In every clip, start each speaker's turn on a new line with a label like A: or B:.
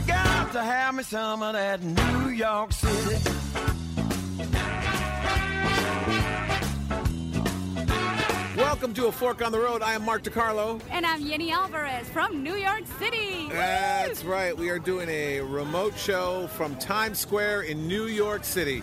A: to have me some of that New York City.
B: Welcome to A Fork on the Road. I am Mark DiCarlo.
C: And I'm Yenny Alvarez from New York City.
B: That's right. We are doing a remote show from Times Square in New York City,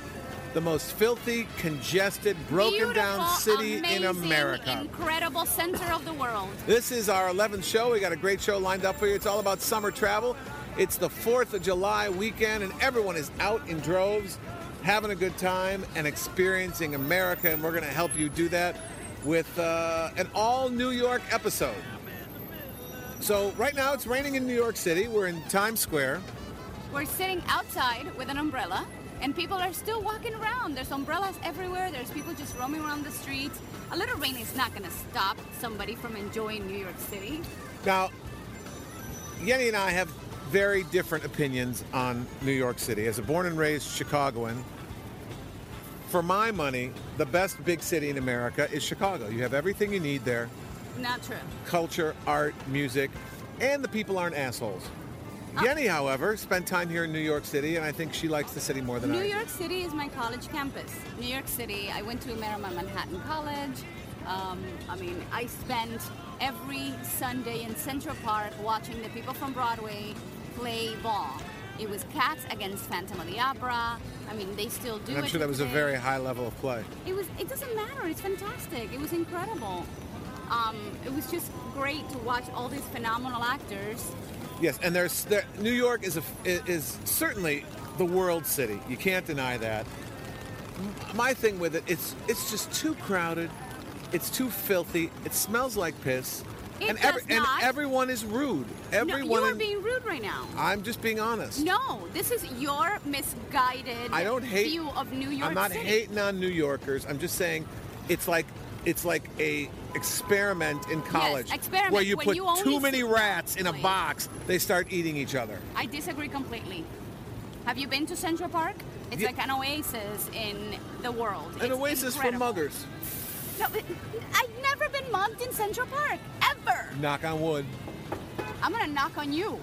B: the most filthy, congested, broken
C: Beautiful,
B: down city
C: amazing,
B: in America.
C: Incredible center of the world.
B: This is our 11th show. We got a great show lined up for you. It's all about summer travel. It's the 4th of July weekend, and everyone is out in droves, having a good time, and experiencing America. And we're going to help you do that with uh, an all New York episode. So, right now it's raining in New York City. We're in Times Square.
C: We're sitting outside with an umbrella, and people are still walking around. There's umbrellas everywhere. There's people just roaming around the streets. A little rain is not going to stop somebody from enjoying New York City.
B: Now, Yenny and I have very different opinions on New York City. As a born and raised Chicagoan, for my money, the best big city in America is Chicago. You have everything you need there
C: Not true.
B: culture, art, music, and the people aren't assholes. Yenny, however, spent time here in New York City, and I think she likes the city more than
C: New
B: I do.
C: York City is my college campus. New York City, I went to Marymount Manhattan College. Um, I mean, I spent every Sunday in Central Park watching the people from Broadway play ball. It was Cats against Phantom of the Opera. I mean, they still do
B: And I'm
C: it
B: sure that was a
C: today.
B: very high level of play.
C: It was. It doesn't matter. It's fantastic. It was incredible. Um, it was just great to watch all these phenomenal actors.
B: Yes, and there's there, New York is a, is certainly the world city. You can't deny that. M- My thing with it, it's it's just too crowded. It's too filthy. It smells like piss.
C: It
B: and every-
C: does not.
B: and everyone is rude. Everyone
C: no, you are
B: in-
C: being rude right now.
B: I'm just being honest.
C: No, this is your misguided
B: I don't hate
C: view of New York
B: I'm not
C: City.
B: hating on New Yorkers. I'm just saying it's like it's like a experiment in college
C: experiment
B: where you
C: when
B: put
C: you only
B: too many
C: see-
B: rats in a
C: Wait.
B: box, they start eating each other.
C: I disagree completely. Have you been to Central Park? It's
B: Ye-
C: like an oasis in the world.
B: An
C: It's
B: oasis
C: incredible.
B: for muggers.
C: No, it- I've never been mugged in Central Park ever.
B: Knock on wood.
C: I'm gonna knock on you.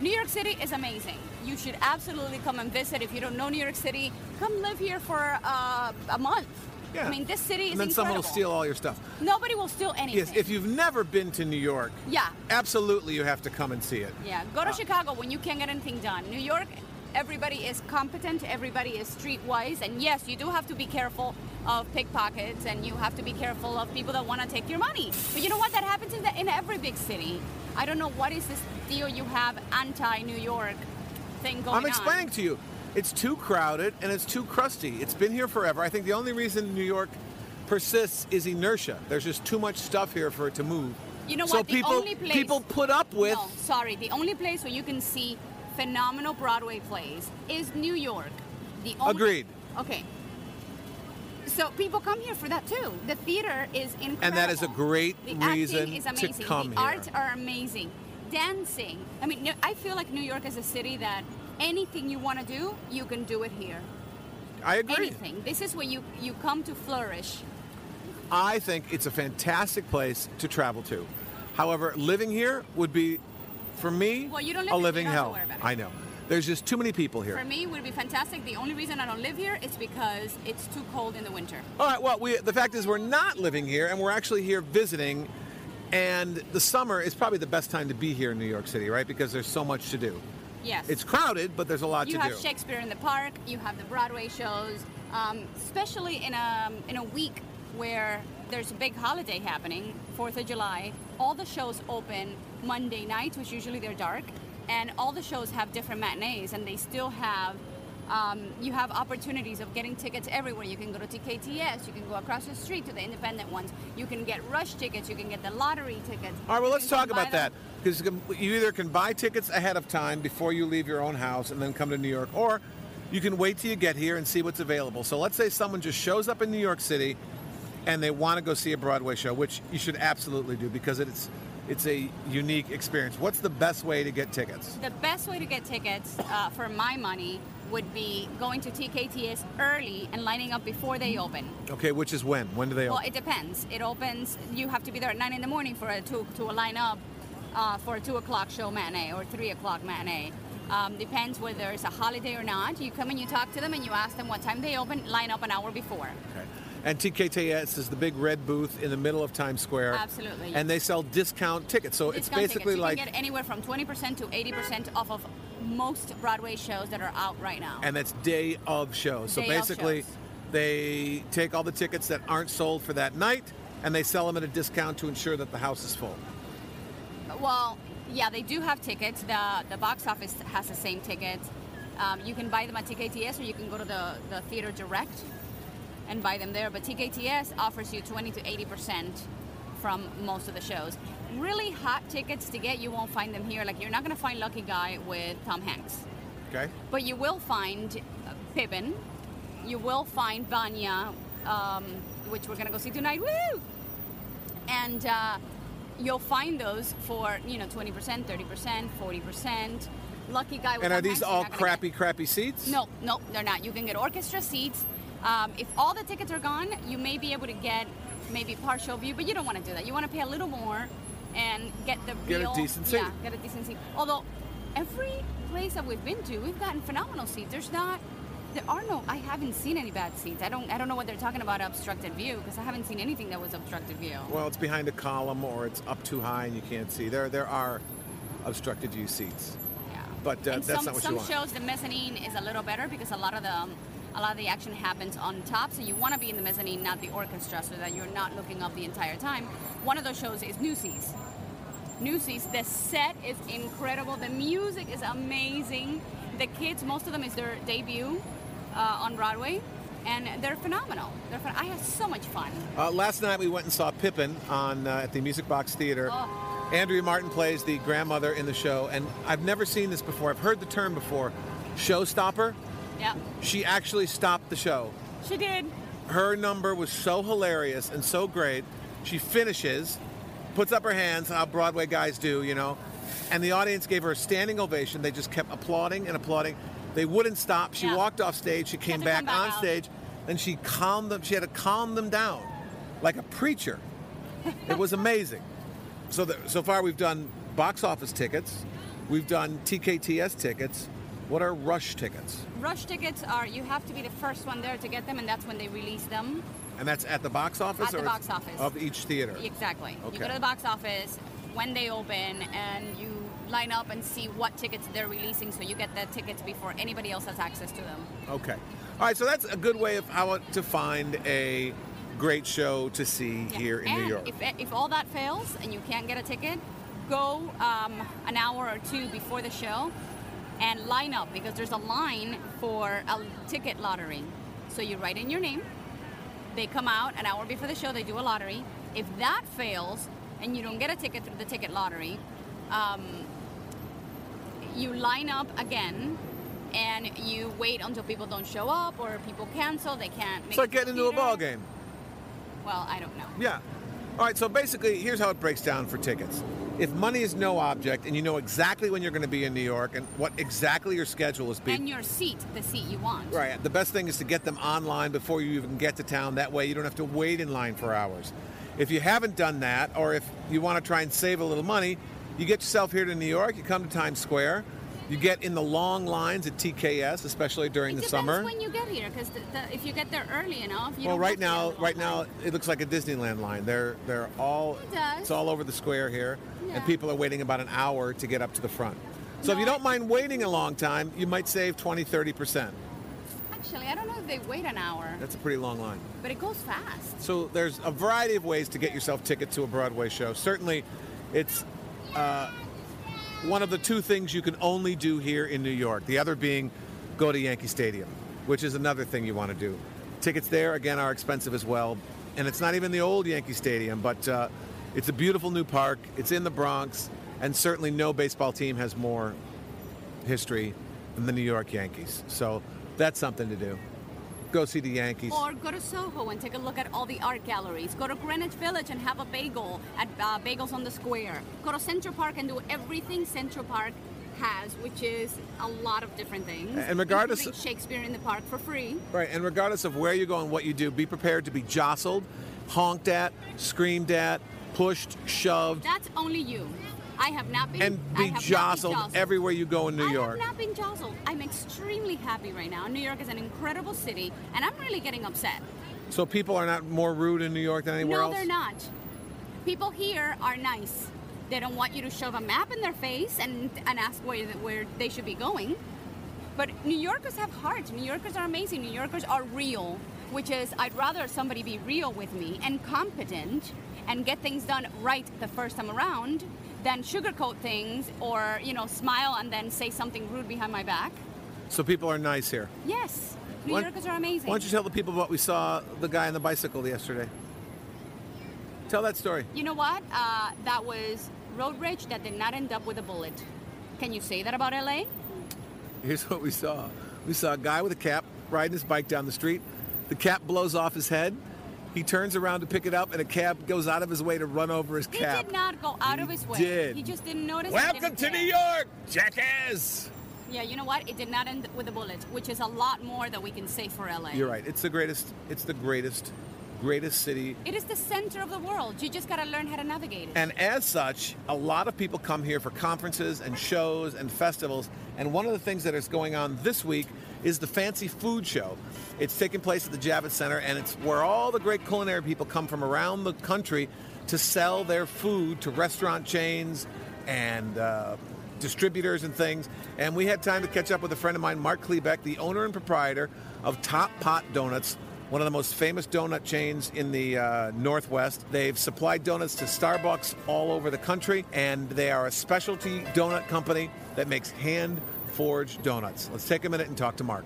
C: New York City is amazing. You should absolutely come and visit. If you don't know New York City, come live here for uh, a month.
B: Yeah.
C: I mean, this city is
B: And then someone will
C: incredible.
B: steal all your stuff.
C: Nobody will steal anything.
B: Yes, if you've never been to New York,
C: Yeah.
B: absolutely you have to come and see it.
C: Yeah, go to
B: Uh,
C: Chicago when you can't get anything done. New York, everybody is competent, everybody is streetwise, and yes, you do have to be careful of pickpockets, and you have to be careful of people that want to take your money. But you know what? That happens in, the, in every big city. I don't know what is this deal you have anti-New York thing going on.
B: I'm explaining to you. It's too crowded and it's too crusty. It's been here forever. I think the only reason New York persists is inertia. There's just too much stuff here for it to move.
C: You know
B: so
C: what? The
B: people
C: only place-
B: people put up with
C: No, sorry. The only place where you can see phenomenal Broadway plays is New York. The only,
B: Agreed.
C: Okay. So people come here for that too. The theater is incredible.
B: And that is a great
C: the
B: reason
C: acting is
B: to
C: amazing.
B: come
C: the
B: here.
C: arts are amazing. Dancing. I mean, no- I feel like New York is a city that anything you want to do, you can do it here.
B: I agree.
C: Anything. This is where you you come to flourish.
B: I think it's a fantastic place to travel to. However, living here would be, for me,
C: Well, you don't live
B: a
C: here, you
B: living
C: don't have to
B: hell.
C: worry about it.
B: I know. There's just too many people here.
C: For me, it would be fantastic. The only reason I don't live here is because it's too cold in the winter.
B: All right. Well, we, the fact is, we're not living here, and we're actually here visiting. And the summer is probably the best time to be here in New York City, right? Because there's so much to do.
C: Yes.
B: It's crowded, but there's a lot
C: you
B: to
C: have
B: do.
C: Shakespeare in the Park. You have the Broadway shows, um, especially in a in a week where there's a big holiday happening, Fourth of July. All the shows open Monday nights, which usually they're dark, and all the shows have different matinees, and they still have. Um, you have opportunities of getting tickets everywhere. You can go to TKTS. You can go across the street to the independent ones. You can get rush tickets. You can get the lottery tickets.
B: All right, well,
C: You
B: let's
C: can
B: talk
C: buy
B: about
C: them-
B: that. Because you either can buy tickets ahead of time before you leave your own house and then come to New York, or you can wait till you get here and see what's available. So let's say someone just shows up in New York City and they want to go see a Broadway show, which you should absolutely do because it's it's a unique experience. What's the best way to get tickets?
C: The best way to get tickets uh, for my money would be going to TKTS early and lining up before they open.
B: Okay, which is when? When do they
C: Well,
B: open?
C: it depends. It opens. You have to be there at nine in the morning for a to to a line up. uh, for a two o'clock show matinee or three o'clock matinee. Um, depends whether it's a holiday or not. You come and you talk to them and you ask them what time they open. Line up an hour before.
B: Okay. And TKTS is the big red booth in the middle of Times Square.
C: Absolutely.
B: And they sell discount tickets. So it's
C: Discount tickets.
B: basically
C: you
B: like.
C: can get anywhere from 20% to 80% off of most Broadway shows that are out right now.
B: and that's day of shows. So
C: Day of
B: basically,
C: shows.
B: they take all the tickets that aren't sold for that night and they sell them at a discount to ensure that the house is full.
C: Well, yeah, they do have tickets. The the box office has the same tickets. Um, you can buy them at TKTS or you can go to the, the theater direct and buy them there. But TKTS offers you 20 to 80% from most of the shows. Really hot tickets to get, you won't find them here. Like, you're not going to find Lucky Guy with Tom Hanks.
B: Okay?
C: But you will find uh, Pippin. You will find Vanya, um, which we're gonna go see tonight. Woo! And uh, you'll find those for you know twenty percent, thirty percent, forty percent. Lucky guy. with
B: And are
C: Tom Hanks,
B: these
C: you're
B: all
C: not gonna
B: crappy,
C: get-
B: crappy seats?
C: No, no, they're not. You can get orchestra seats. Um, if all the tickets are gone, you may be able to get maybe partial view, but you don't want to do that. You want to pay a little more and get the
B: Get a
C: real
B: decent seat.
C: Yeah, get a decent seat. Although every place that we've been to, we've gotten phenomenal seats. There's not, there are no. I haven't seen any bad seats. I don't. I don't know what they're talking about obstructed view because I haven't seen anything that was obstructed view.
B: Well, it's behind a column or it's up too high and you can't see. There, there are obstructed view seats.
C: Yeah.
B: But, uh,
C: And
B: that's
C: some,
B: not what you
C: some
B: want.
C: shows the mezzanine is a little better because a lot of the um, a lot of the action happens on top, so you want to be in the mezzanine, not the orchestra, so that you're not looking up the entire time. One of those shows is Newsies. Newsies. The set is incredible. The music is amazing. The kids, most of them, is their debut uh, on Broadway, and they're phenomenal. They're phen- I had so much fun.
B: Uh, last night we went and saw Pippin on uh, at the Music Box Theater. Andrea Martin plays the grandmother in the show, and I've never seen this before. I've heard the term before, showstopper.
C: Yeah,
B: She actually stopped the show.
C: she did.
B: Her number was so hilarious and so great. She finishes, puts up her hands, how Broadway guys do, you know, and the audience gave her a standing ovation. They just kept applauding and applauding. They wouldn't stop. She
C: Yeah.
B: walked off stage. She came
C: to
B: back,
C: come back
B: on
C: out.
B: stage, and she calmed them. She had to calm them down, like a preacher. it was amazing. So the, so far we've done box office tickets, we've done TKTS tickets. What are rush tickets?
C: Rush tickets are you have to be the first one there to get them, and that's when they release them.
B: And that's at the box office
C: At the
B: or
C: box office.
B: of each theater.
C: Exactly. You
B: Okay.
C: go to the box office when they open and you line up and see what tickets they're releasing so you get the tickets before anybody else has access to them.
B: Okay. All right, so that's a good way of how to find a great show to see
C: Yeah.
B: here in
C: and
B: New York.
C: If, if all that fails and you can't get a ticket, go um, an hour or two before the show and line up because there's a line for a ticket lottery. So you write in your name, they come out an hour before the show, they do a lottery. If that fails and you don't get a ticket through the ticket lottery, um, you line up again and you wait until people don't show up or people cancel, they can't make it
B: it's like
C: to the
B: getting into a
C: theater.
B: ball game.
C: Well, I don't know.
B: Yeah. All right, so basically, here's how it breaks down for tickets. If money is no object and you know exactly when you're going to be in New York and what exactly your schedule is being.
C: and your seat, the seat you want.
B: Right. The best thing is to get them online before you even get to town. That way you don't have to wait in line for hours. If you haven't done that, or if you want to try and save a little money, you get yourself here to New York, you come to Times Square, you get in the long lines at TKS, especially during
C: It
B: the
C: depends
B: summer.
C: when you get here, because the, the, if you get there early enough, you
B: well,
C: don't
B: right
C: have to
B: now,
C: get on
B: right
C: the line.
B: now it looks like a Disneyland line. They're they're all
C: It does.
B: it's all over the square here,
C: Yeah.
B: and people are waiting about an hour to get up to the front. So if
C: No,
B: you
C: I
B: don't mind waiting a long time, you might save 20, 30 percent.
C: Actually, I don't know if they wait an hour,
B: That's a pretty long line.
C: but it goes fast.
B: So there's a variety of ways to get yourself tickets to a Broadway show. Certainly, it's uh, one of the two things you can only do here in New York. The other being go to Yankee Stadium, which is another thing you want to do. Tickets there again are expensive as well, and it's not even the old Yankee Stadium, but uh, it's a beautiful new park. It's in the Bronx, and certainly no baseball team has more history than the New York Yankees. So that's something to do. Go see the Yankees.
C: Or go to Soho and take a look at all the art galleries. Go to Greenwich Village and have a bagel at uh, Bagels on the Square. Go to Central Park and do everything Central Park has, which is a lot of different things.
B: And regardless-
C: including Shakespeare in the Park for free.
B: Right, and regardless of where you go and what you do, be prepared to be jostled, honked at, screamed at, pushed, shoved.
C: That's only you. I have not been
B: and
C: I
B: be
C: have not been
B: jostled everywhere you go in New
C: I
B: York.
C: have not been jostled. I'm extremely happy right now. New York is an incredible city, and I'm really getting upset.
B: So people are not more rude in New York than anywhere
C: no,
B: else.
C: they're not. People here are nice. They don't want you to shove a map in their face and, and ask where, where they should be going. But New Yorkers have hearts. New Yorkers are amazing. New Yorkers are real, which is I'd rather somebody be real with me and competent and get things done right the first time around than sugarcoat things or, you know, smile and then say something rude behind my back.
B: So people are nice here.
C: Yes, New
B: Why-
C: Yorkers are amazing.
B: Why don't you tell the people what we saw the guy on the bicycle yesterday? Tell that story.
C: You know what? Uh, that was road rage that did not end up with a bullet. Can you say that about LA?
B: Here's what we saw. We saw a guy with a cap riding his bike down the street. The cap blows off his head. He turns around to pick it up, and a cab goes out of his way to run over his
C: He
B: cap.
C: did not go out of
B: He
C: his way.
B: did.
C: He just didn't notice. and
B: Welcome
C: didn't care.
B: to New York, jackass!
C: Yeah, you know what? It did not end with a bullet, which is a lot more that we can say for LA.
B: You're right. It's the greatest. It's the greatest, greatest city
C: It is the center of the world. You just gotta learn how to navigate it.
B: And as such, a lot of people come here for conferences and shows and festivals. And one of the things that is going on this week is the Fancy Food Show. It's taking place at the Javits Center, and it's where all the great culinary people come from around the country to sell their food to restaurant chains and uh, distributors and things. And we had time to catch up with a friend of mine, Mark Klebeck, the owner and proprietor of Top Pot Donuts one of the most famous donut chains in the uh, Northwest. They've supplied donuts to Starbucks all over the country, and they are a specialty donut company that makes hand forged donuts. Let's take a minute and talk to Mark.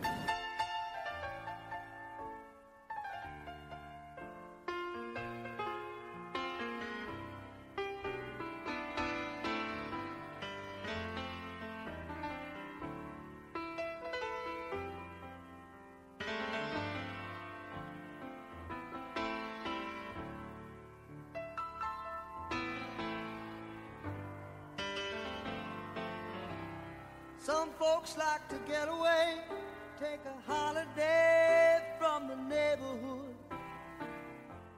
D: Some folks like to get away, take a holiday from the neighborhood.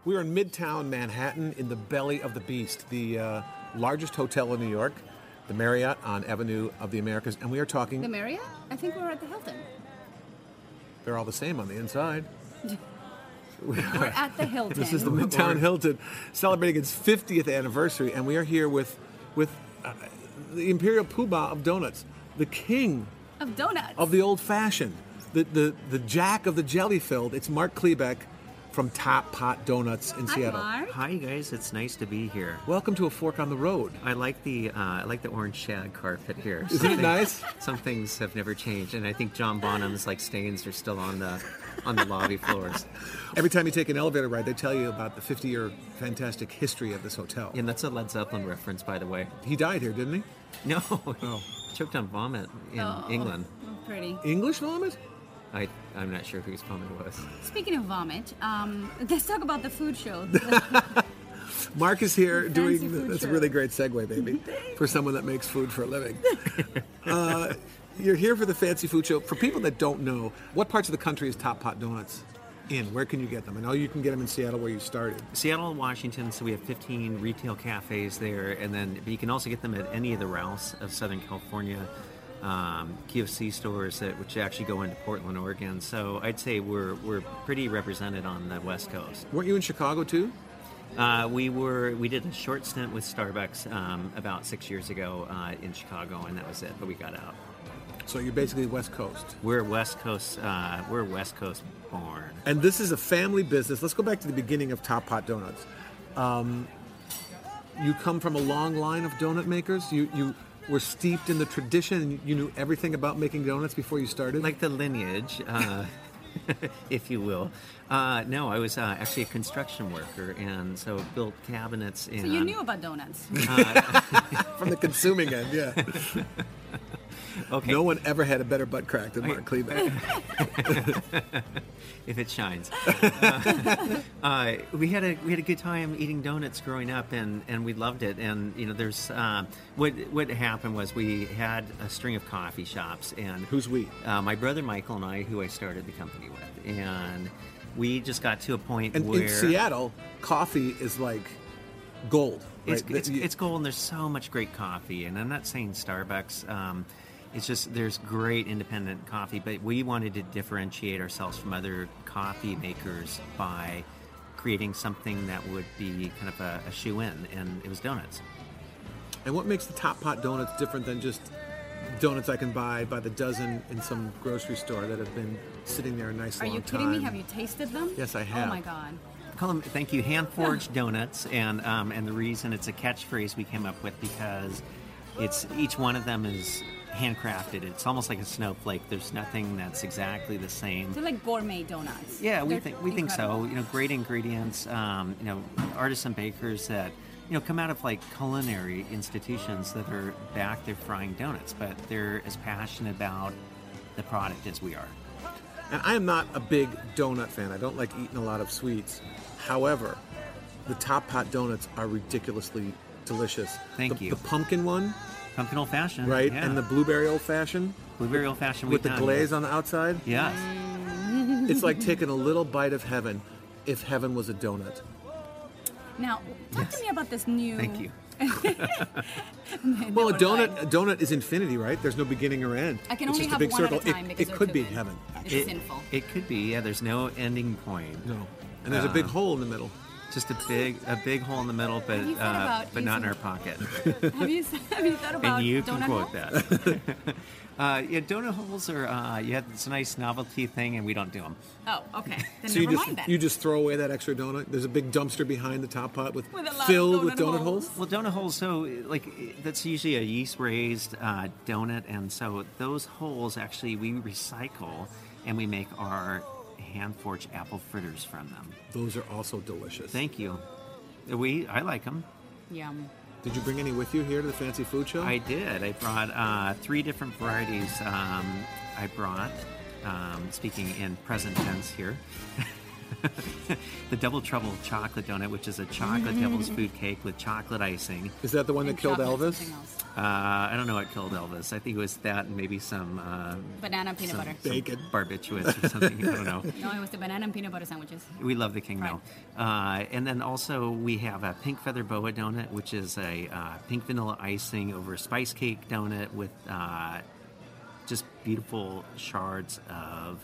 B: We were in Midtown Manhattan in the belly of the beast, the uh, largest hotel in New York, the Marriott on Avenue of the Americas, and we are talking.
C: the Marriott? I think we were at the Hilton.
B: they're all the same on the inside.
C: We're at the Hilton.
B: This is the Midtown Hilton celebrating its 50th anniversary, and we are here with with uh, the Imperial Poobah of donuts, the king
C: of donuts.
B: of the old fashioned, the, the the jack of the jelly filled. It's Mark Klebeck from Top Pot Donuts in
C: Hi,
B: Seattle.
C: Mark.
E: Hi, you guys. It's nice to be here.
B: Welcome to a fork on the road.
E: I like the uh, I like the orange shag carpet here.
B: Isn't
E: Some
B: it
E: things-
B: nice?
E: Some things have never changed, and I think John Bonham's like stains are still on the on the lobby floors.
B: Every time you take an elevator ride, they tell you about the 50 year fantastic history of this hotel.
E: And that's a Led Zeppelin reference, by the way.
B: He died here, didn't he?
E: No,
B: Oh.
E: choked on vomit in
C: Oh,
E: England.
C: Pretty.
B: English vomit?
E: I I'm not sure whose vomit it was.
C: Speaking of vomit, um, let's talk about the food show.
B: Mark is here
C: Fancy
B: doing.
C: food
B: that's a
C: show.
B: really great segue, baby, for someone that makes food for a living. uh, you're here for the fancy food show. For people that don't know, what parts of the country is Top Pot Donuts in? Where can you get them? I know you can get them in Seattle, where you started.
E: Seattle, Washington. So we have 15 retail cafes there, and then but you can also get them at any of the routes of Southern California um, QFC stores that which actually go into Portland, Oregon. So I'd say we're we're pretty represented on the West Coast.
B: Weren't you in Chicago too?
E: Uh, we were we did a short stint with Starbucks um, about six years ago uh, in Chicago, and that was it. But we got out.
B: So you're basically West Coast.
E: We're West Coast. Uh, we're West Coast born.
B: And this is a family business. Let's go back to the beginning of Top Pot Donuts. Um, you come from a long line of donut makers. You you were steeped in the tradition. and You knew everything about making donuts before you started.
E: like the lineage, uh, if you will. Uh, no, I was uh, actually a construction worker, and so built cabinets. And
C: so you knew about donuts.
B: from the consuming end, yeah.
E: okay,
B: No one ever had a better butt crack than Mark Klebeck.
E: if it shines. Uh, uh, we had a we had a good time eating donuts growing up, and, and we loved it. And you know, there's uh, what what happened was we had a string of coffee shops, and
B: Who's we?
E: Uh, my brother Michael and I, who I started the company with, and we just got to a point
B: And
E: where
B: in Seattle, coffee is like gold.
E: It's,
B: right?
E: it's,
B: That you-
E: it's cool, and there's so much great coffee. And I'm not saying Starbucks. Um, it's just there's great independent coffee, but we wanted to differentiate ourselves from other coffee makers by creating something that would be kind of a, a shoe in, and it was donuts.
B: and what makes the Top Pot donuts different than just donuts I can buy by the dozen in some grocery store that have been sitting there a nice
C: Are
B: long
C: you
B: time?
C: kidding me? Have you tasted them?
B: Yes, I have.
C: Oh my god.
E: Call them, thank you, hand forged donuts, and um, and the reason it's a catchphrase we came up with because it's each one of them is handcrafted. It's almost like a snowflake. There's nothing that's exactly the same.
C: They're like gourmet donuts.
E: Yeah, we
C: They're
E: think we think so.
C: incredible.
E: You know, great ingredients. Um, you know, artisan bakers that you know come out of like culinary institutions that are back there frying donuts, but they're as passionate about the product as we are.
B: And I am not a big donut fan. I don't like eating a lot of sweets. However, the Top Pot donuts are ridiculously delicious.
E: Thank
B: the,
E: you.
B: The pumpkin one,
E: Pumpkin old fashioned,
B: right,
E: Yeah.
B: and the blueberry old fashioned
E: blueberry old fashioned
B: with the glaze on the outside.
E: Yes.
B: It's like taking a little bite of heaven, if heaven was a donut.
C: Now, talk to me about this new.
E: Thank you.
B: Well, a
C: what do I-
B: donut, a donut is infinity, right? There's no beginning or end.
C: I can
B: it's
C: only
B: just
C: have
B: a big
C: one
B: circle.
C: at a time
B: it
C: because
B: it could be
C: good.
B: heaven.
C: It's
E: It-
C: sinful.
E: It could be. Yeah. There's no ending point.
B: No, and there's a
E: Ah.
B: big hole in the middle.
E: Just a big a big hole in the middle, but
C: Have you thought
E: uh,
C: about
E: but not in
C: using-
E: our pocket.
C: have you have you thought about
E: and you
C: donut
E: can quote
C: hole?
E: that. uh, yeah, donut holes are uh, yeah, it's a nice novelty thing, and we don't do them.
C: Oh, okay. Then never
B: So you just
C: mind that.
B: you just throw away that extra donut. There's a big dumpster behind the top pot with,
C: With a lot of
B: filled with
C: donut
B: donut
C: holes.
B: holes.
E: Well, donut holes, so like that's usually a yeast raised uh, donut, and so those holes actually we recycle and we make our hand forged apple fritters from them.
B: Those are also delicious.
E: Thank you. We I like them.
C: Yum.
B: Did you bring any with you here to the fancy food show?
E: I did. I brought uh, three different varieties. Um, I brought, um, speaking in present tense here, the Double Trouble chocolate donut, which is a chocolate devil's food cake with chocolate icing.
B: Is that the one
C: And
B: that killed
C: chocolate,
B: Elvis?
C: something else.
E: Uh, I don't know what killed Elvis. I think it was that and maybe some uh,
C: Banana peanut
E: some-
C: butter.
E: some
B: Bacon.
E: barbiturates or something. I don't know.
C: No, it was the banana and peanut butter sandwiches.
E: We love the king now. Uh, and then also we have a pink feather boa donut, which is a uh, pink vanilla icing over a spice cake donut with uh, just beautiful shards of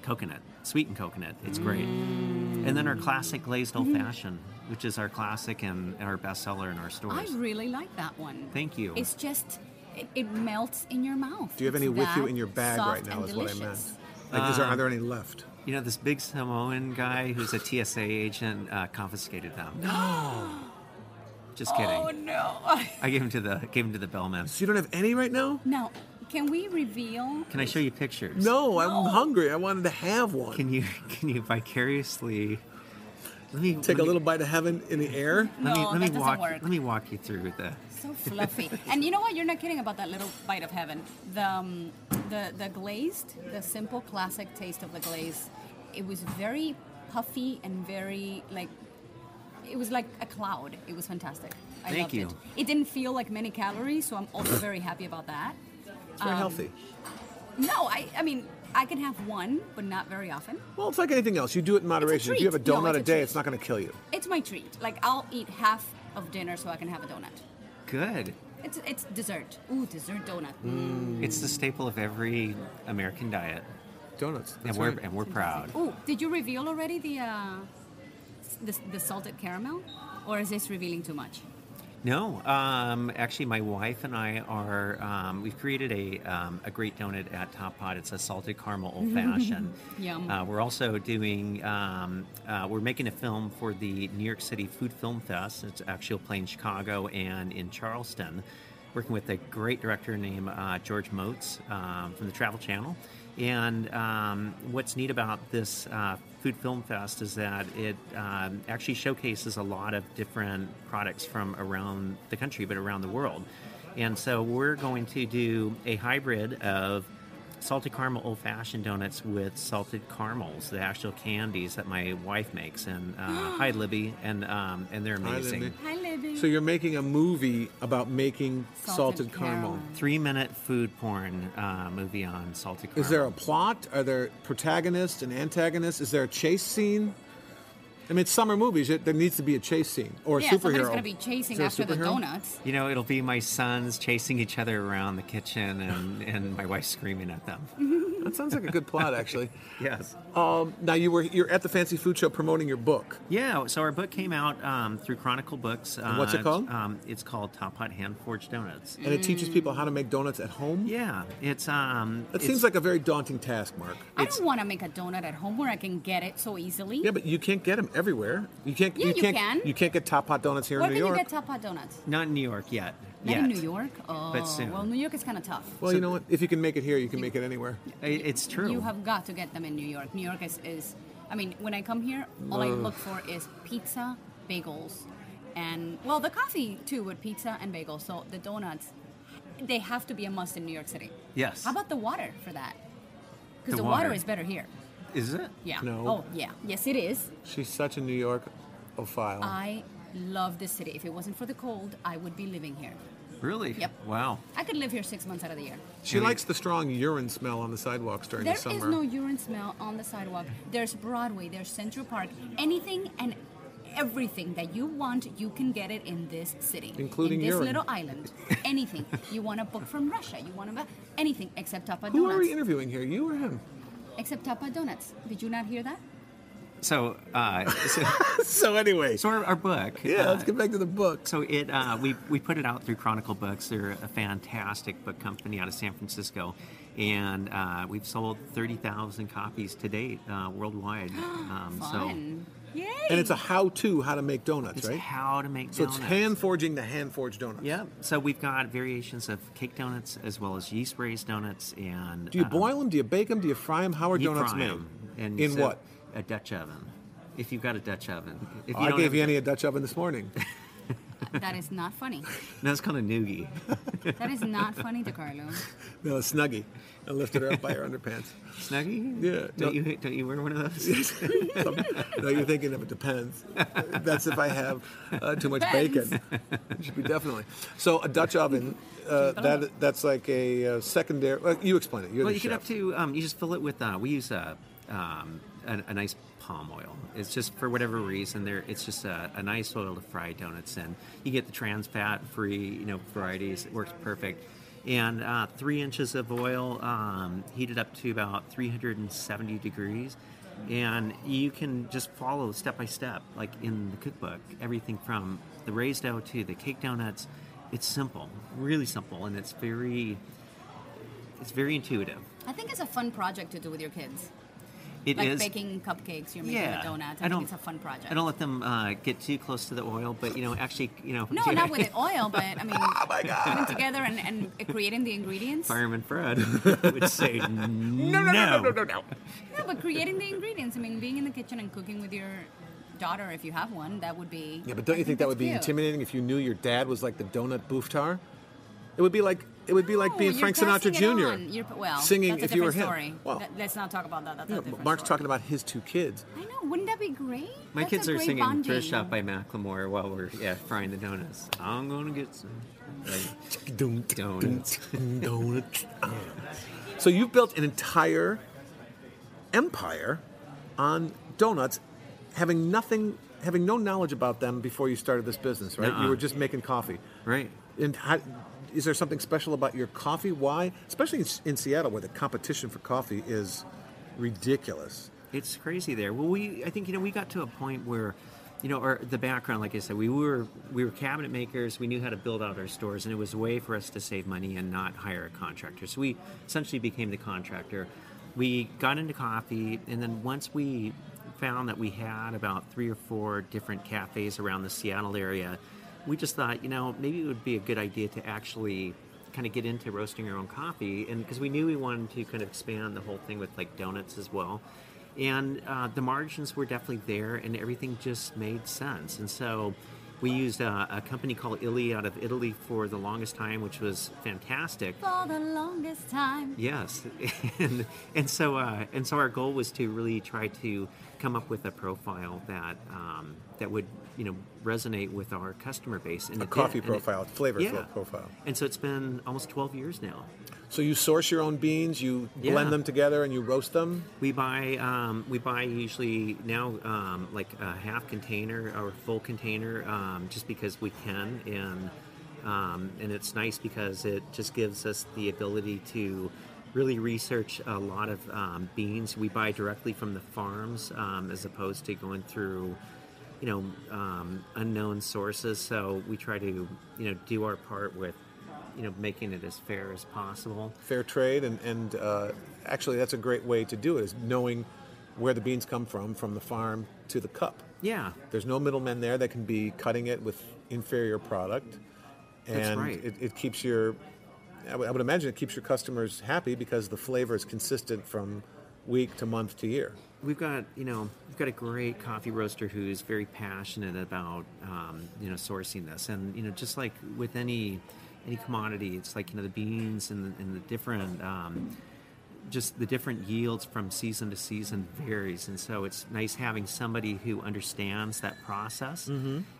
E: coconut, sweetened coconut. It's great. And then our classic glazed old fashioned, which is our classic and, and our bestseller in our
C: I
E: stores.
C: really like that one.
E: Thank you.
C: It's just it, it melts in your mouth.
B: Do you have any
C: It's
B: with you
C: that
B: in your bag
C: soft
B: right now?
C: and
B: Is what I meant.
C: delicious.
B: Like, is there,
E: Um,
B: are there any left?
E: you know, this big Samoan guy who's a TSA agent uh, confiscated them. No. Just kidding.
C: Oh no!
E: I gave him to the gave him to the bellman.
B: So you don't have any right now?
C: now, can we reveal?
E: Can I show you pictures?
B: No, I'm hungry. I wanted to have one.
E: Can you can you vicariously let me
B: Take
E: let
B: a
E: me-
B: little bite of heaven in the air.
E: Let me
C: No,
E: let
C: that
E: me
C: doesn't
E: walk
C: work.
E: let me walk you through the.
C: So fluffy. and you know what? You're not kidding about that little bite of heaven. The um, the the glazed, the simple classic taste of the glaze. It was very puffy and very like. It was like a cloud. It was fantastic. I
E: Thank
C: loved
E: you.
C: it. It didn't feel like many calories, so I'm also very happy about that.
B: It's
C: Um,
B: very healthy.
C: No, I I mean I can have one, but not very often.
B: Well, it's like anything else. You do it in moderation. If you have a
C: treat. No,
B: donut
C: it's
B: a
C: a
B: day,
C: treat.
B: it's not going to kill you.
C: It's my treat. Like I'll eat half of dinner so I can have a donut.
E: Good.
C: It's it's dessert. Ooh, dessert donut.
E: Mm. It's the staple of every American diet,
B: Donuts.
E: and
B: that's
E: we're
B: right.
E: and we're proud.
C: Ooh, did you reveal already the, uh, s- the the salted caramel, or is this revealing too much?
E: No, um, actually, my wife and I are. Um, we've created a um, a great donut at Top Pot. It's a salted caramel old fashioned.
C: Yum.
E: Uh, we're also doing. Um, uh, we're making a film for the New York City Food Film Fest. It's actually playing Chicago and in Charleston. Working with a great director named uh, George Motes um, from the Travel Channel. And um, what's neat about this uh, Food Film Fest is that it um, actually showcases a lot of different products from around the country, but around the world. And so we're going to do a hybrid of salted caramel old fashioned donuts with salted caramels, the actual candies that my wife makes. And uh, hi, Libby, and um, and they're
B: Hi,
E: amazing.
B: Libby.
C: Hi, Libby.
B: So you're making a movie about making salted, caramel.
E: Three minute food porn uh, movie on salted caramel.
B: Is there a plot? Are there protagonists and antagonists? Is there a chase scene? I mean, it's summer movies. It, there needs to be a chase scene or a
C: yeah,
B: superhero.
C: somebody's gonna be
B: Is
C: chasing
B: there a
C: after the
B: superhero?
C: donuts.
E: You know, it'll be my sons chasing each other around the kitchen and, and my wife screaming at them.
B: That sounds like a good plot, actually.
E: Yes.
B: Um, now you were you're at the fancy food show promoting your book.
E: Yeah, so our book came out um, through Chronicle Books. Uh,
B: what's it called?
E: Um, it's called Top Hot Hand Forged Donuts.
B: and it
C: Mm.
B: teaches people how to make donuts at home.
E: Yeah, it's um.
B: That
E: it's-
B: seems like a very daunting task, Mark.
C: I don't want to make a donut at home where I can get it so easily.
B: Yeah, but you can't get them everywhere. You can't.
C: Yeah,
B: you
C: you
B: can't,
C: can.
B: You can't get Top Hot donuts here
C: where
B: in
C: can
B: New York.
C: you get Tapa donuts?
E: not in New York yet.
C: Not
E: yet.
C: in New York. Oh,
E: soon.
C: well, New York is kind of tough.
B: well, you know what? If you can make it here, you can make it anywhere.
E: I- It's true.
C: You have got to get them in New York. New York is, is I mean, when I come here, all I look for is pizza, bagels, and well, the coffee too with pizza and bagels. So the donuts, they have to be a must in New York City.
E: Yes.
C: How about the water for that? Because
E: The
C: the, water.
E: water.
C: is better here.
E: Is it?
C: Yeah.
B: No.
C: Oh yeah. Yes, it is.
B: She's such a New York ophile.
C: I love this city. If it wasn't for the cold, I would be living here.
E: Really?
C: Yep.
E: Wow.
C: I could live here six months out of the year.
B: she likes the strong urine smell on the sidewalks during
C: There
B: the
C: is
B: summer.
C: no urine smell on the sidewalk. There's Broadway, there's Central Park. Anything and everything that you want, you can get it in this city.
B: Including
C: in this
B: urine.
C: little island. Anything. you want a book from Russia, you want a anything except Tapa
B: Who are
C: Donuts.
B: we interviewing here? You or him?
C: except Tapa Donuts. Did you not hear that?
E: So, uh, so,
B: so anyway,
E: so our, our book.
B: yeah,
E: uh,
B: let's get back to the book.
E: So it uh, we we put it out through Chronicle Books. They're a fantastic book company out of San Francisco, and uh, we've sold thirty thousand copies to date uh, worldwide. Um,
C: Fun. Yay.
B: And it's a how-to how to make
E: So
B: donuts,
E: it's
B: right?
E: how to make
B: so it's
E: donuts.
B: hand forging the hand forged donuts.
E: Yeah. So we've got variations of cake donuts as well as yeast raised donuts and.
B: Do you
E: um,
C: Uh-huh.
B: boil them? Do you bake them? Do you fry them? How are
E: you
B: donuts
E: fry
B: made?
E: 'em, And
B: in
E: so-
B: what? Oh,
E: A Dutch oven. If you've got a Dutch oven. If
B: I
E: don't
B: gave
E: have a
B: Yanni a Dutch oven this morning.
C: That is not funny.
E: Dutch- No, it's called a noogie.
C: That is not funny, DiCarlo.
B: no, a snuggie. I lifted her up by her underpants.
E: Snuggie?
B: Yeah,
E: Don't
B: no.
E: you don't you wear one of those?
B: no, you're thinking of it depends. That's if I have uh, too much
C: Depends.
B: bacon. It should be definitely. So a Dutch oven, uh, that that's like a uh, secondary. Well, you explain it. You're
E: Well,
B: the
E: you get
B: chef.
E: up to um, you just fill it with. Uh, we use a, um, a a nice palm oil. It's just for whatever reason there. It's just a, a nice oil to fry donuts in. You get the trans fat free, you know, varieties. It works perfect. And uh, three inches of oil um, heated up to about 370 degrees. And you can just follow step by step, like in the cookbook, everything from the raised dough to the cake donuts. It's simple, really simple, and it's very, it's very intuitive.
C: I think it's a fun project to do with your kids.
E: It is.
C: like baking cupcakes, you're making a donut. I, think it's a fun project.
E: I don't let them uh, get too close to the oil, but you know, actually, you know,
C: no, not with the oil, but I mean,
B: Oh my God!
C: coming together and, and creating the ingredients.
E: Fireman Fred would say
B: No, no, no, no, no, no.
C: No, but creating the ingredients. I mean, being in the kitchen and cooking with your daughter, if you have one, that would be.
B: Yeah, but don't
C: I
B: you think that would be
C: that's cute.
B: intimidating if you knew your dad was like the donut booftar? It would be like it would be like
C: No,
B: being
C: Oh, you're
B: Frank Sinatra
C: passing it on.
B: Jr.
C: You're, well,
B: singing
C: that's a
B: if you were
C: different
B: him.
C: Story.
B: Well-
C: That- let's not talk about that. That's
B: Yeah,
C: a different
B: Mark's
C: story.
B: talking about his two kids.
C: I know. Wouldn't that be great?
E: My
C: That's
E: kids
C: a
E: are
C: great
E: singing
C: bonding.
E: "First Shot" by Macklemore while we're yeah frying the donuts. I'm gonna get some. Like, Donuts.
B: Donuts. so you've built an entire empire on donuts, having nothing, having no knowledge about them before you started this business, right? You
E: Nuh-uh.
B: were just making coffee,
E: right.
B: And how, is there something special about your coffee? Why, especially in, in Seattle, where the competition for coffee is ridiculous?
E: It's crazy there. Well, we I think you know we got to a point where, you know, our the background, like I said, we were we were cabinet makers. We knew how to build out our stores, and it was a way for us to save money and not hire a contractor. So we essentially became the contractor. We got into coffee, and then once we found that we had about three or four different cafes around the Seattle area, we just thought, you know, maybe it would be a good idea to actually kind of get into roasting your own coffee and because we knew we wanted to kind of expand the whole thing with like donuts as well and uh, the margins were definitely there and everything just made sense and so we used a, a company called Illy out of Italy for the longest time, which was fantastic.
C: For the longest time.
E: Yes, and and so uh, and so our goal was to really try to come up with a profile that um, that would you know resonate with our customer base. And
B: A
E: it did,
B: coffee
E: and it-
B: profile, flavor
E: yeah.
B: profile.
E: And so it's been almost 12 years now.
B: So you source your own beans, you
E: Yeah.
B: blend them together, and you roast them.
E: We buy um, we buy usually now um, like a half container or full container um, just because we can and um, and it's nice because it just gives us the ability to really research a lot of um, beans. We buy directly from the farms um, as opposed to going through you know um, unknown sources. So we try to you know do our part with you know making it as fair as possible.
B: Fair trade, and and uh, actually, that's a great way to do it is knowing where the beans come from, from the farm to the cup.
E: Yeah,
B: There's no middlemen there that can be cutting it with inferior product, and
E: That's right.
B: it, it keeps your. I would- I would imagine it keeps your customers happy because the flavor is consistent from week to month to year.
E: we've got you know we've got a great coffee roaster who's very passionate about um, you know sourcing this and you know just like with any any commodity it's like you know the beans and the, and the different um, just the different yields from season to season varies and so it's nice having somebody who understands that process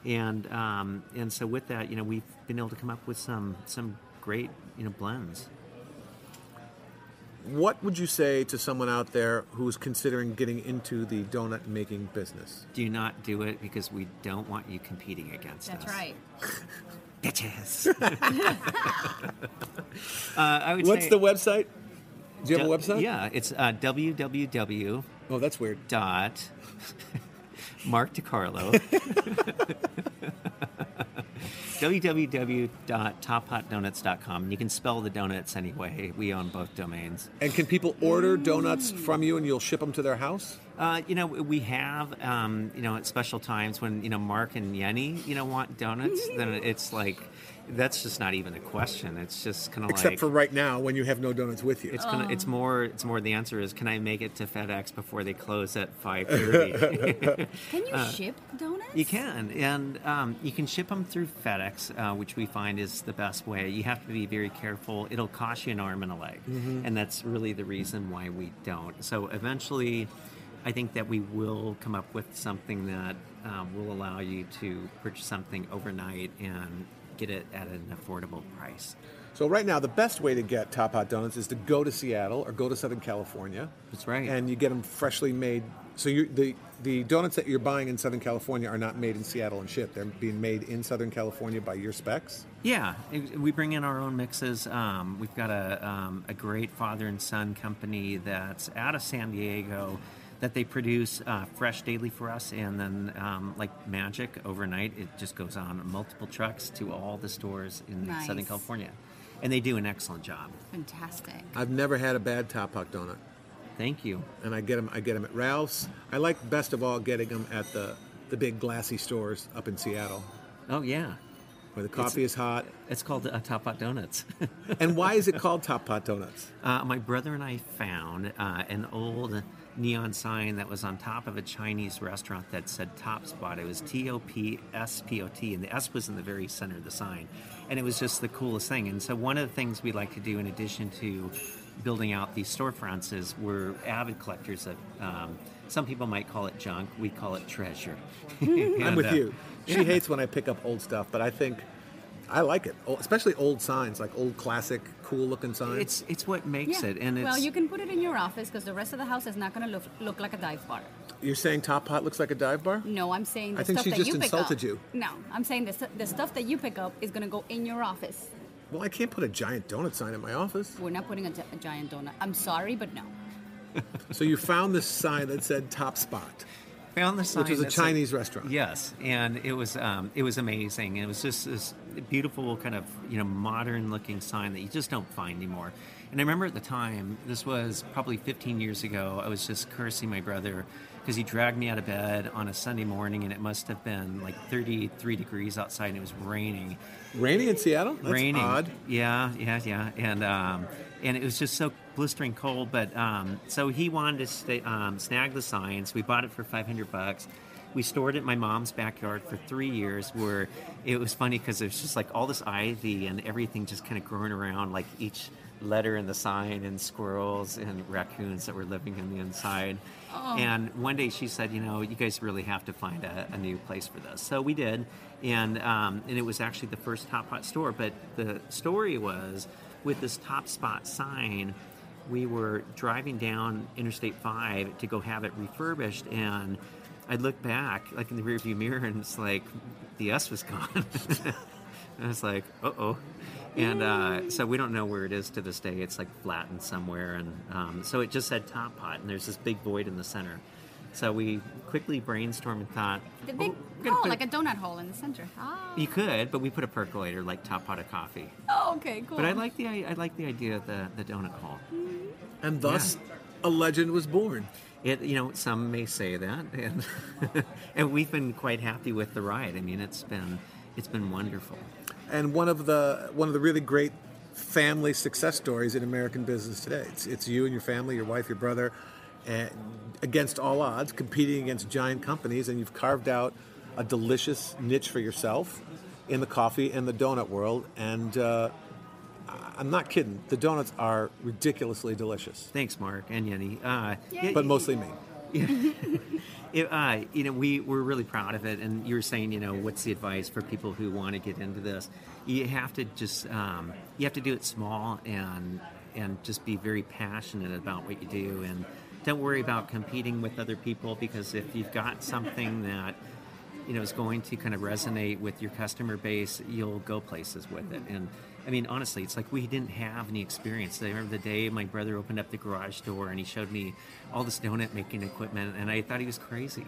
E: and um, and so with that you know we've been able to come up with some some great you know blends
B: What would you say to someone out there who's considering getting into the donut making business?
E: do not do it because we don't want you competing against
C: That's
E: us
C: right.
E: bitches. uh, I would
B: What's
E: say,
B: the website? Do you have a
E: Du-
B: website?
E: Yeah, it's uh, www.
B: Oh, that's weird.
E: dot Mark DiCarlo. www.tophotdonuts.com. And you can spell the donuts anyway. We own both domains.
B: And can people order donuts from you and you'll ship them to their house?
E: Uh, you know, we have, um, you know, at special times when, you know, Mark and Yenny, you know, want donuts, then it's like, that's just not even a question. It's just kind of like.
B: Except for right now when you have no donuts with you.
E: It's gonna, it's more it's more the answer is can I make it to FedEx before they close at five thirty?
C: Can
B: Uh,
C: you ship donuts?
E: you can, and um, you can ship them through FedEx, uh, which we find is the best way. You have to be very careful; it'll cost you an arm and a leg, and that's really the reason why we don't. So eventually, I think that we will come up with something that um, will allow you to purchase something overnight and get it at an affordable price.
B: So right now, the best way to get Top Hot Donuts is to go to Seattle or go to Southern California.
E: That's right.
B: And you get them freshly made. So you the the donuts that you're buying in Southern California are not made in Seattle and shipped. They're being made in Southern California by your specs.
E: Yeah, it- we bring in our own mixes. Um, we've got a, um, a great father and son company that's out of San Diego that they produce uh, fresh daily for us, and then um, like magic overnight, it just goes on multiple trucks to all the stores in
C: Nice.
E: Southern California, and they do an excellent job.
C: Fantastic.
B: I've never had a bad Top Hot donut,
E: Thank you.
B: and I get them. I get them at Ralph's. I like best of all getting them at the the big glassy stores up in Seattle,
E: Oh yeah,
B: where the coffee is hot.
E: it's called uh, Top Hot Donuts.
B: And why is it called Top Hot Donuts?
E: Uh, my brother and I found uh, an old neon sign that was on top of a Chinese restaurant that said Top Spot. It was T O P S P O T, and the S was in the very center of the sign. And it was just the coolest thing. And so, one of the things we like to do, in addition to building out these storefronts, is we're avid collectors of. Um, some people might call it junk. We call it treasure.
B: Hmm,
E: uh,
B: I'm with you. She hates when I pick up old stuff, but I think I like it, O- especially old signs, like old classic, cool looking signs.
E: It's it's what makes
C: Yeah.
E: it, and it's
C: well, you can put it in your office because the rest of the house is not going to look, look like a dive bar.
B: You're saying Top Hot looks like a dive bar?
C: No, I'm saying the
B: I think
C: stuff
B: she
C: that
B: just
C: you pick
B: insulted
C: up.
B: you.
C: No, I'm saying the, stu- the stuff that you pick up is going to go in your office.
B: Well, I can't put a giant donut sign in my office.
C: We're not putting a, gi- a giant donut. I'm sorry, but no.
B: so you found this sign that said Top Spot.
E: found the sign
B: was a
E: that said-
B: Chinese restaurant.
E: Yes, and it was um, it was amazing. It was just this beautiful kind of you know modern looking sign that you just don't find anymore. And I remember at the time, this was probably 15 years ago. I was just cursing my brother because he dragged me out of bed on a Sunday morning, and it must have been like 33 degrees outside, and it was raining
B: Raining in Seattle? That's
E: raining.
B: odd.
E: Yeah, yeah, yeah, and um, and it was just so blistering cold. But um, so he wanted to stay, um, snag the science. We bought it for five hundred bucks. We stored it in my mom's backyard for three years. Where it was funny because there's just like all this ivy and everything just kind of growing around like each letter in the sign and squirrels and raccoons that were living on the inside. And one day she said, you know, you guys really have to find a, a new place for this. So we did, and um, and it was actually the first Top Pot store. But the story was with this Top Spot sign. We were driving down Interstate 5 to go have it refurbished, and I looked back, like in the rearview mirror, and it's like the S was gone. And I was like, uh oh. And uh, so we don't know where it is to this day. It's like flattened somewhere. And um, so it just said Top Pot, and there's this big void in the center. So we quickly brainstormed and thought,
C: The
E: "Oh,
C: big
E: we're gonna
C: hole,
E: put
C: like a donut hole in the center. Ah.
E: You could, but we put a percolator like Top Pot of Coffee.
C: Oh, okay, cool.
E: But I like the I, I like the idea of the, the donut hole.
B: And thus, a legend was born.
E: It you know some may say that, and and we've been quite happy with the ride. I mean, it's been it's been wonderful.
B: and one of the one of the really great family success stories in American business today. It's it's you and your family, your wife, your brother, and against all odds, competing against giant companies, and you've carved out a delicious niche for yourself in the coffee and the donut world. And uh, I- I'm not kidding; the donuts are ridiculously delicious,
E: Thanks, Mark and Yenny. Uh,
C: Yay.
B: but mostly me.
E: it, uh, you know, we we're really proud of it. And you were saying, you know, what's the advice for people who want to get into this? You have to just um, you have to do it small and and just be very passionate about what you do, and don't worry about competing with other people because if you've got something that you know is going to kind of resonate with your customer base, you'll go places with it. And I mean, honestly, it's like we didn't have any experience. I remember the day my brother opened up the garage door and he showed me all this donut making equipment, and I thought he was crazy.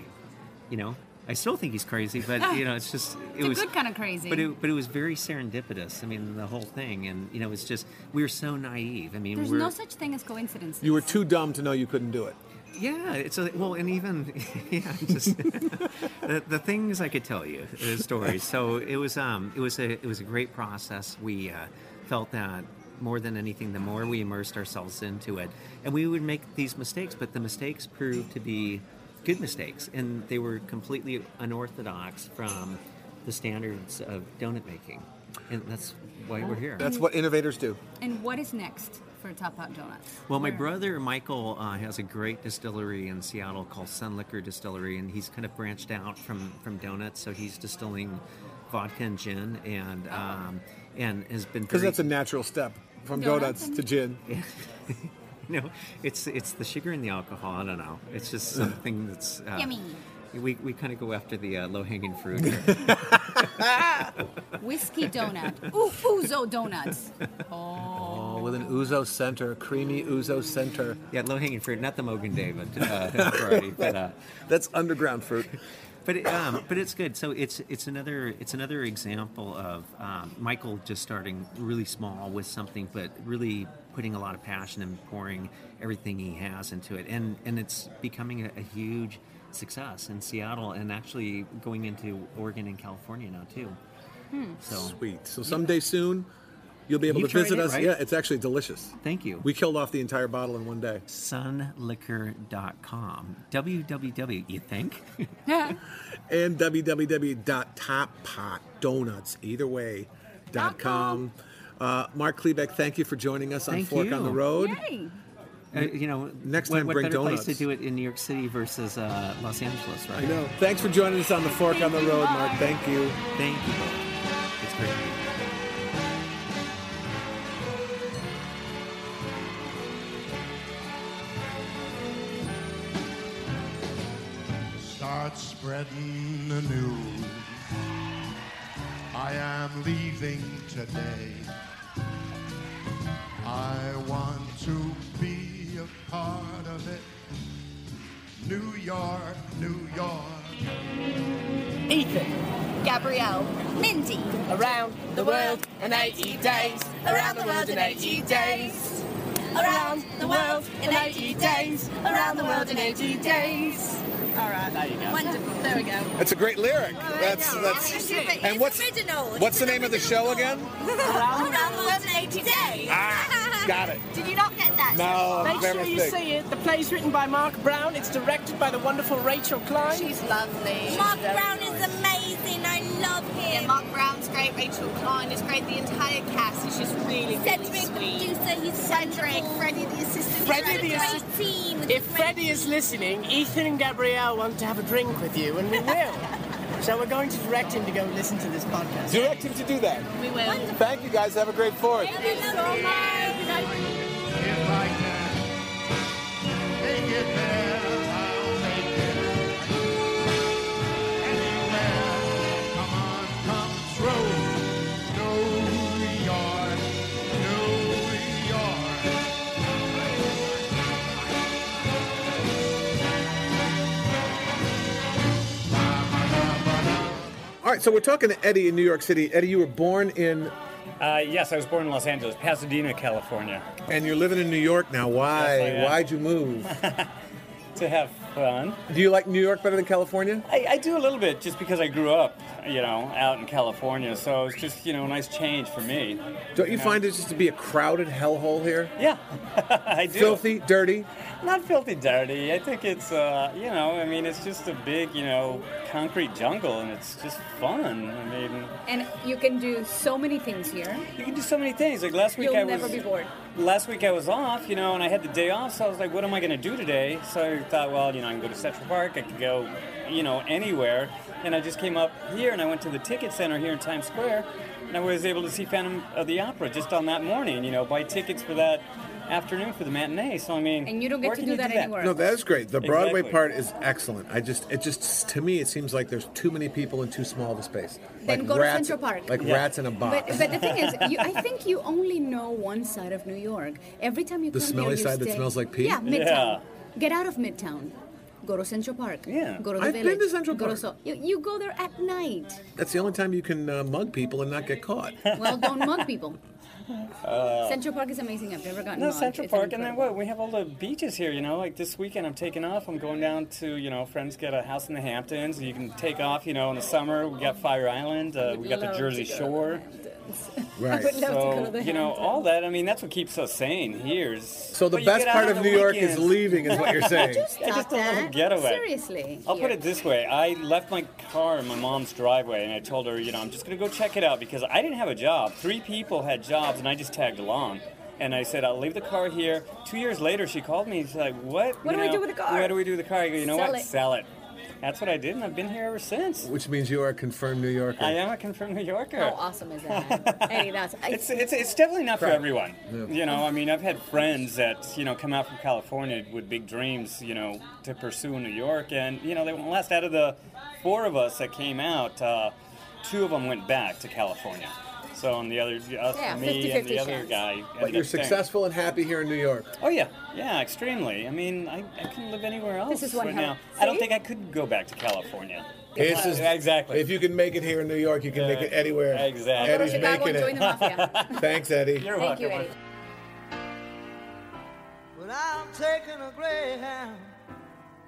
E: You know, I still think he's crazy, but you know, it's just it
C: a
E: was
C: good kind of crazy.
E: But it, but it was very serendipitous. I mean, the whole thing, and you know, it's just we were so naive. I mean,
C: There's
E: we're,
C: no such thing as coincidences.
B: You were too dumb to know you couldn't do it.
E: yeah, it's a, well, and even yeah, just the, the things I could tell you the stories. So it was um it was a it was a great process. We uh, felt that more than anything, the more we immersed ourselves into it, and we would make these mistakes, but the mistakes proved to be good mistakes, and they were completely unorthodox from the standards of donut making, and that's why we're here.
B: That's what innovators do.
C: and what is next for Top Hot Donuts?
E: Well, my
C: Where-
E: brother Michael uh, has a great distillery in Seattle called Sun Liquor Distillery, and he's kind of branched out from from donuts. So he's distilling vodka and gin, and um, and has been
B: Because
E: very-
B: that's a natural step from
C: Donuts
B: donuts
C: and-
B: to gin.
E: no, it's it's the sugar and the alcohol. I don't know. It's just something that's uh,
C: Yummy.
E: We, we kind of go after the uh, low hanging fruit. here.
C: Whiskey donut. Ooh, Uzo donuts.
B: Oh, with an ouzo center, creamy ouzo center.
E: yeah, low hanging fruit, not the Mogan David uh, variety, but. Uh,
B: That's underground fruit.
E: but it, um, but it's good. So it's it's another it's another example of um, Michael just starting really small with something, but really putting a lot of passion and pouring everything he has into it, and and it's becoming a, a huge success in Seattle, and actually going into Oregon and California now too. So
B: Sweet. So someday soon, you'll be able
E: You
B: to
E: tried
B: visit
E: it,
B: us.
E: right?
B: Yeah, it's actually delicious.
E: thank you.
B: We killed off the entire bottle in one day.
E: Sunliquor.com. www. You think?
B: And www.toppotdonuts, either way, dot com. Uh, Mark Klebeck, thank you for joining us on
E: Thank
B: Fork
E: you.
B: on the Road.
C: Yay.
E: Uh, you know,
B: Next
E: what,
B: time
E: what
B: bring
E: better
B: donuts.
E: place to do it in New York City versus uh, Los Angeles,
B: I
E: right?
B: know. Thanks for joining us on the Fork on the
C: Thank you,
B: Road,
C: Mark.
B: Mark. Thank you.
E: Thank you. both. It's great. to be here.
F: Start spreading the news. I am leaving today. I want to be a part of it. New York, New York.
G: Ethan,
H: Gabrielle, Mindy,
G: around the world in 80 days. Around the world in 80 days. Around the world in 80 days. Around the world in 80 days. All right, there you go.
H: wonderful. There we go.
I: That's a great lyric. That's that's. And what's what's the name of the show again?
H: Around the world in 80 days.
I: Ah, got it.
H: Did you not get that?
I: No,
G: Make
I: very
G: sure you
I: thick.
G: see it. The play's written by Mark Brown. It's directed by the wonderful Rachel Klein.
H: She's lovely.
G: She's
H: Mark
G: very
H: Brown
G: nice.
H: is amazing. I
J: love
H: Yeah,
J: him.
H: Mark Brown's great, Rachel Klein is great, the entire cast is just really, really
J: Cedric,
H: sweet.
J: producer, he's
H: Cedric,
J: wonderful.
H: Freddie the assistant.
J: He's got
K: Freddie
J: a
K: the
J: great
K: assistant.
J: team. with
K: If
J: great-
K: Freddie is listening, Ethan and Gabrielle want to have a drink with you, and we will. so we're going to direct him to go listen to this podcast.
L: Direct him to do that.
H: We will.
L: Thank you guys. Have a great fourth.
J: Thank you so much.
F: If I can make it there, I'll make it. Anywhere, come on, come through. New York, New York.
B: All right, so we're talking to Eddie in New York City. Eddie, you were born in,
M: Uh, yes, I was born in Los Angeles, Pasadena, California,
B: and you're living in New York now. Why?
M: Yes, I am.
B: Why'd you move?
M: to have fun.
B: Do you like New York better than California?
M: I, I do a little bit just because I grew up, you know, out in California, so it's just, you know, a nice change for me.
B: Don't you
M: know?
B: find it just to be a crowded hellhole here?
M: Yeah, I do.
B: Filthy, dirty.
M: Not filthy dirty. I think it's, uh, you know, I mean, it's just a big, you know, concrete jungle, and it's just fun. I mean,
C: And you can do so many things here.
M: you can do so many things. Like last week,
C: You'll
M: I was
C: never be bored.
M: last week I was off, you know, and I had the day off, so I was like, what am I going to do today? So I thought, well, you know, I can go to Central Park, I could go, you know, anywhere. And I just came up here and I went to the ticket center here in Times Square, and I was able to see Phantom of the Opera just on that morning, you know, buy tickets for that afternoon for the matinee. So I mean,
C: And you don't get
M: where
C: to
M: can
C: do
M: you
C: that anywhere.
B: No, that is great. The Broadway
M: Exactly.
B: part is excellent. I just, it just, to me, it seems like there's too many people and too small of a space.
C: Then
B: like
C: go to
B: rats,
C: Central Park.
B: Like
M: Yeah.
B: rats in a box.
C: But, but the thing is, you, I think you only know one side of New York. Every time you
B: The
C: come
B: smelly
C: here, you
B: side that
C: stay-
B: smells like pee?
C: Yeah, Midtown.
M: Yeah.
C: Get out of Midtown. Go to Central Park.
M: Yeah.
C: Go to the
B: I've been
C: village.
B: to Central
C: go
B: Park.
C: so, you, you go there at night.
B: That's the only time you can uh, mug people and not get caught.
C: Well, don't mug people. Central Park is amazing. I've never gotten
M: Uh, No,
C: mugged.
M: Central
C: It's
M: Park, and then
C: incredible.
M: what? We have all the beaches here, you know. Like this weekend, I'm taking off. I'm going down to, you know, friends get a house in the Hamptons. You can take off, you know, in the summer. We got Fire Island. Uh, we got the
C: Love
M: Jersey
C: to go to
M: Shore.
C: the Hamptons.
B: Right.
C: Would love to go to
M: So
C: the
M: you know,
C: Hamptons.
M: all that. I mean, that's what keeps us sane here. Is,
B: So the
M: but you
B: best
M: get out
B: part
M: on
B: of
M: the
B: New York is
M: weekends.
B: leaving, is what you're saying.
M: Yeah, just a little
C: Stop that.
M: getaway.
C: Seriously.
M: I'll put
C: here.
M: it this way: I left my car in my mom's driveway, and I told her, you know, I'm just gonna go check it out because I didn't have a job. Three people had jobs, and I just tagged along. And I said, I'll leave the car here. Two years later, she called me. She's like, "What?
C: What
M: You
C: do we
M: know,
C: do with the car?"
M: What do we do with the car?" I go, "You know
C: Sell
M: what?
C: it."
M: Sell it." That's what I did, and I've been here ever since.
B: Which means you are a confirmed New Yorker.
M: I am a confirmed New Yorker.
C: How awesome is that? Eddie, that's. I,
M: It's, it's, it's definitely not for
B: Correct.
M: everyone.
B: Yeah.
M: You know, I mean, I've had friends that, you know, come out from California with big dreams, you know, to pursue New York. And, you know, they went last out of the four of us that came out, uh, two of them went back to California. So, and the other, us,
C: Yeah,
M: me, and
C: 50-50
M: the other
C: chance.
M: guy. ended
B: But you're
M: up staying.
B: successful and happy here in New York.
M: Oh, yeah. Yeah, extremely. I mean, I, I couldn't live anywhere else
C: This is what
M: right now.
C: happened.
M: I don't
C: See?
M: think I could go back to California.
B: This is-
M: exactly.
B: If you can make it here in New York, you can make it anywhere.
M: Exactly.
C: Go to
B: Eddie's
C: Chicago
B: making
C: and join the
B: it.
C: mafia.
B: Thanks, Eddie.
M: You're
C: Thank you,
M: welcome.
C: Eddie.
G: But I'm taking a greyhound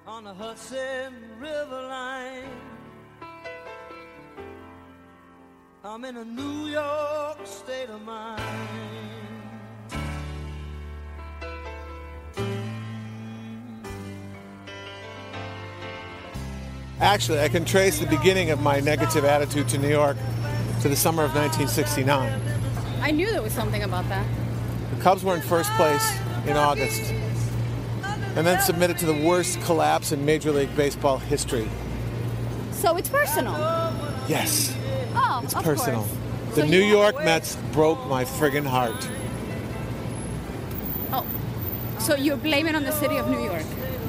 G: on the Hudson River line. I'm in a New York state of mind.
B: Actually, I can trace the beginning of my negative attitude to New York to the summer of 1969.
C: I knew there was something about that.
B: The Cubs were in first place in August and then submitted to the worst collapse in Major League Baseball history.
C: So it's personal.
B: Yes,
C: Oh,
B: it's
C: of
B: personal.
C: Course.
B: The
C: So you
B: New
C: walk
B: York
C: away.
B: Mets broke my friggin' heart.
C: Oh, so you're blaming on the city of New York.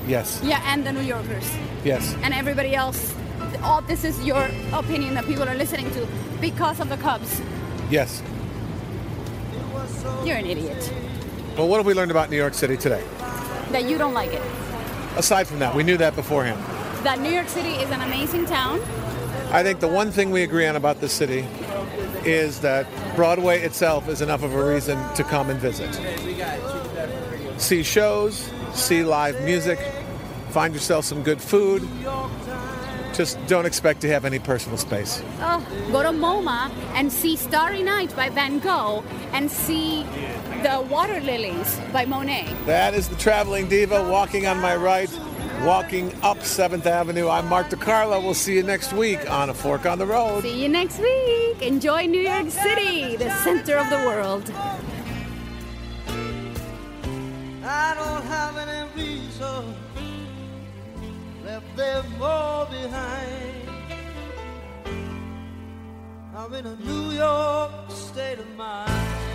B: Yes,
C: Yeah, and the New Yorkers
B: yes.
C: and everybody else. All this is your opinion that people are listening to because of the Cubs.
B: Yes.
C: You're an idiot.
B: Well, what have we learned about New York City today?
C: That you don't like it.
B: Aside from that, we knew that beforehand.
C: That New York City is an amazing town.
B: I think the one thing we agree on about this city is that Broadway itself is enough of a reason to come and visit. See shows, see live music, find yourself some good food. Just don't expect to have any personal space.
C: Oh, go to MoMA and see Starry Night by Van Gogh and see the water lilies by Monet.
B: That is the traveling diva walking on my right. walking up 7th Avenue. I'm Mark DiCarlo. We'll see you next week on A Fork on the Road.
C: See you next week. Enjoy New York City, the center of the world.
D: I don't have any reason left them all behind. I'm in a New York state of mind.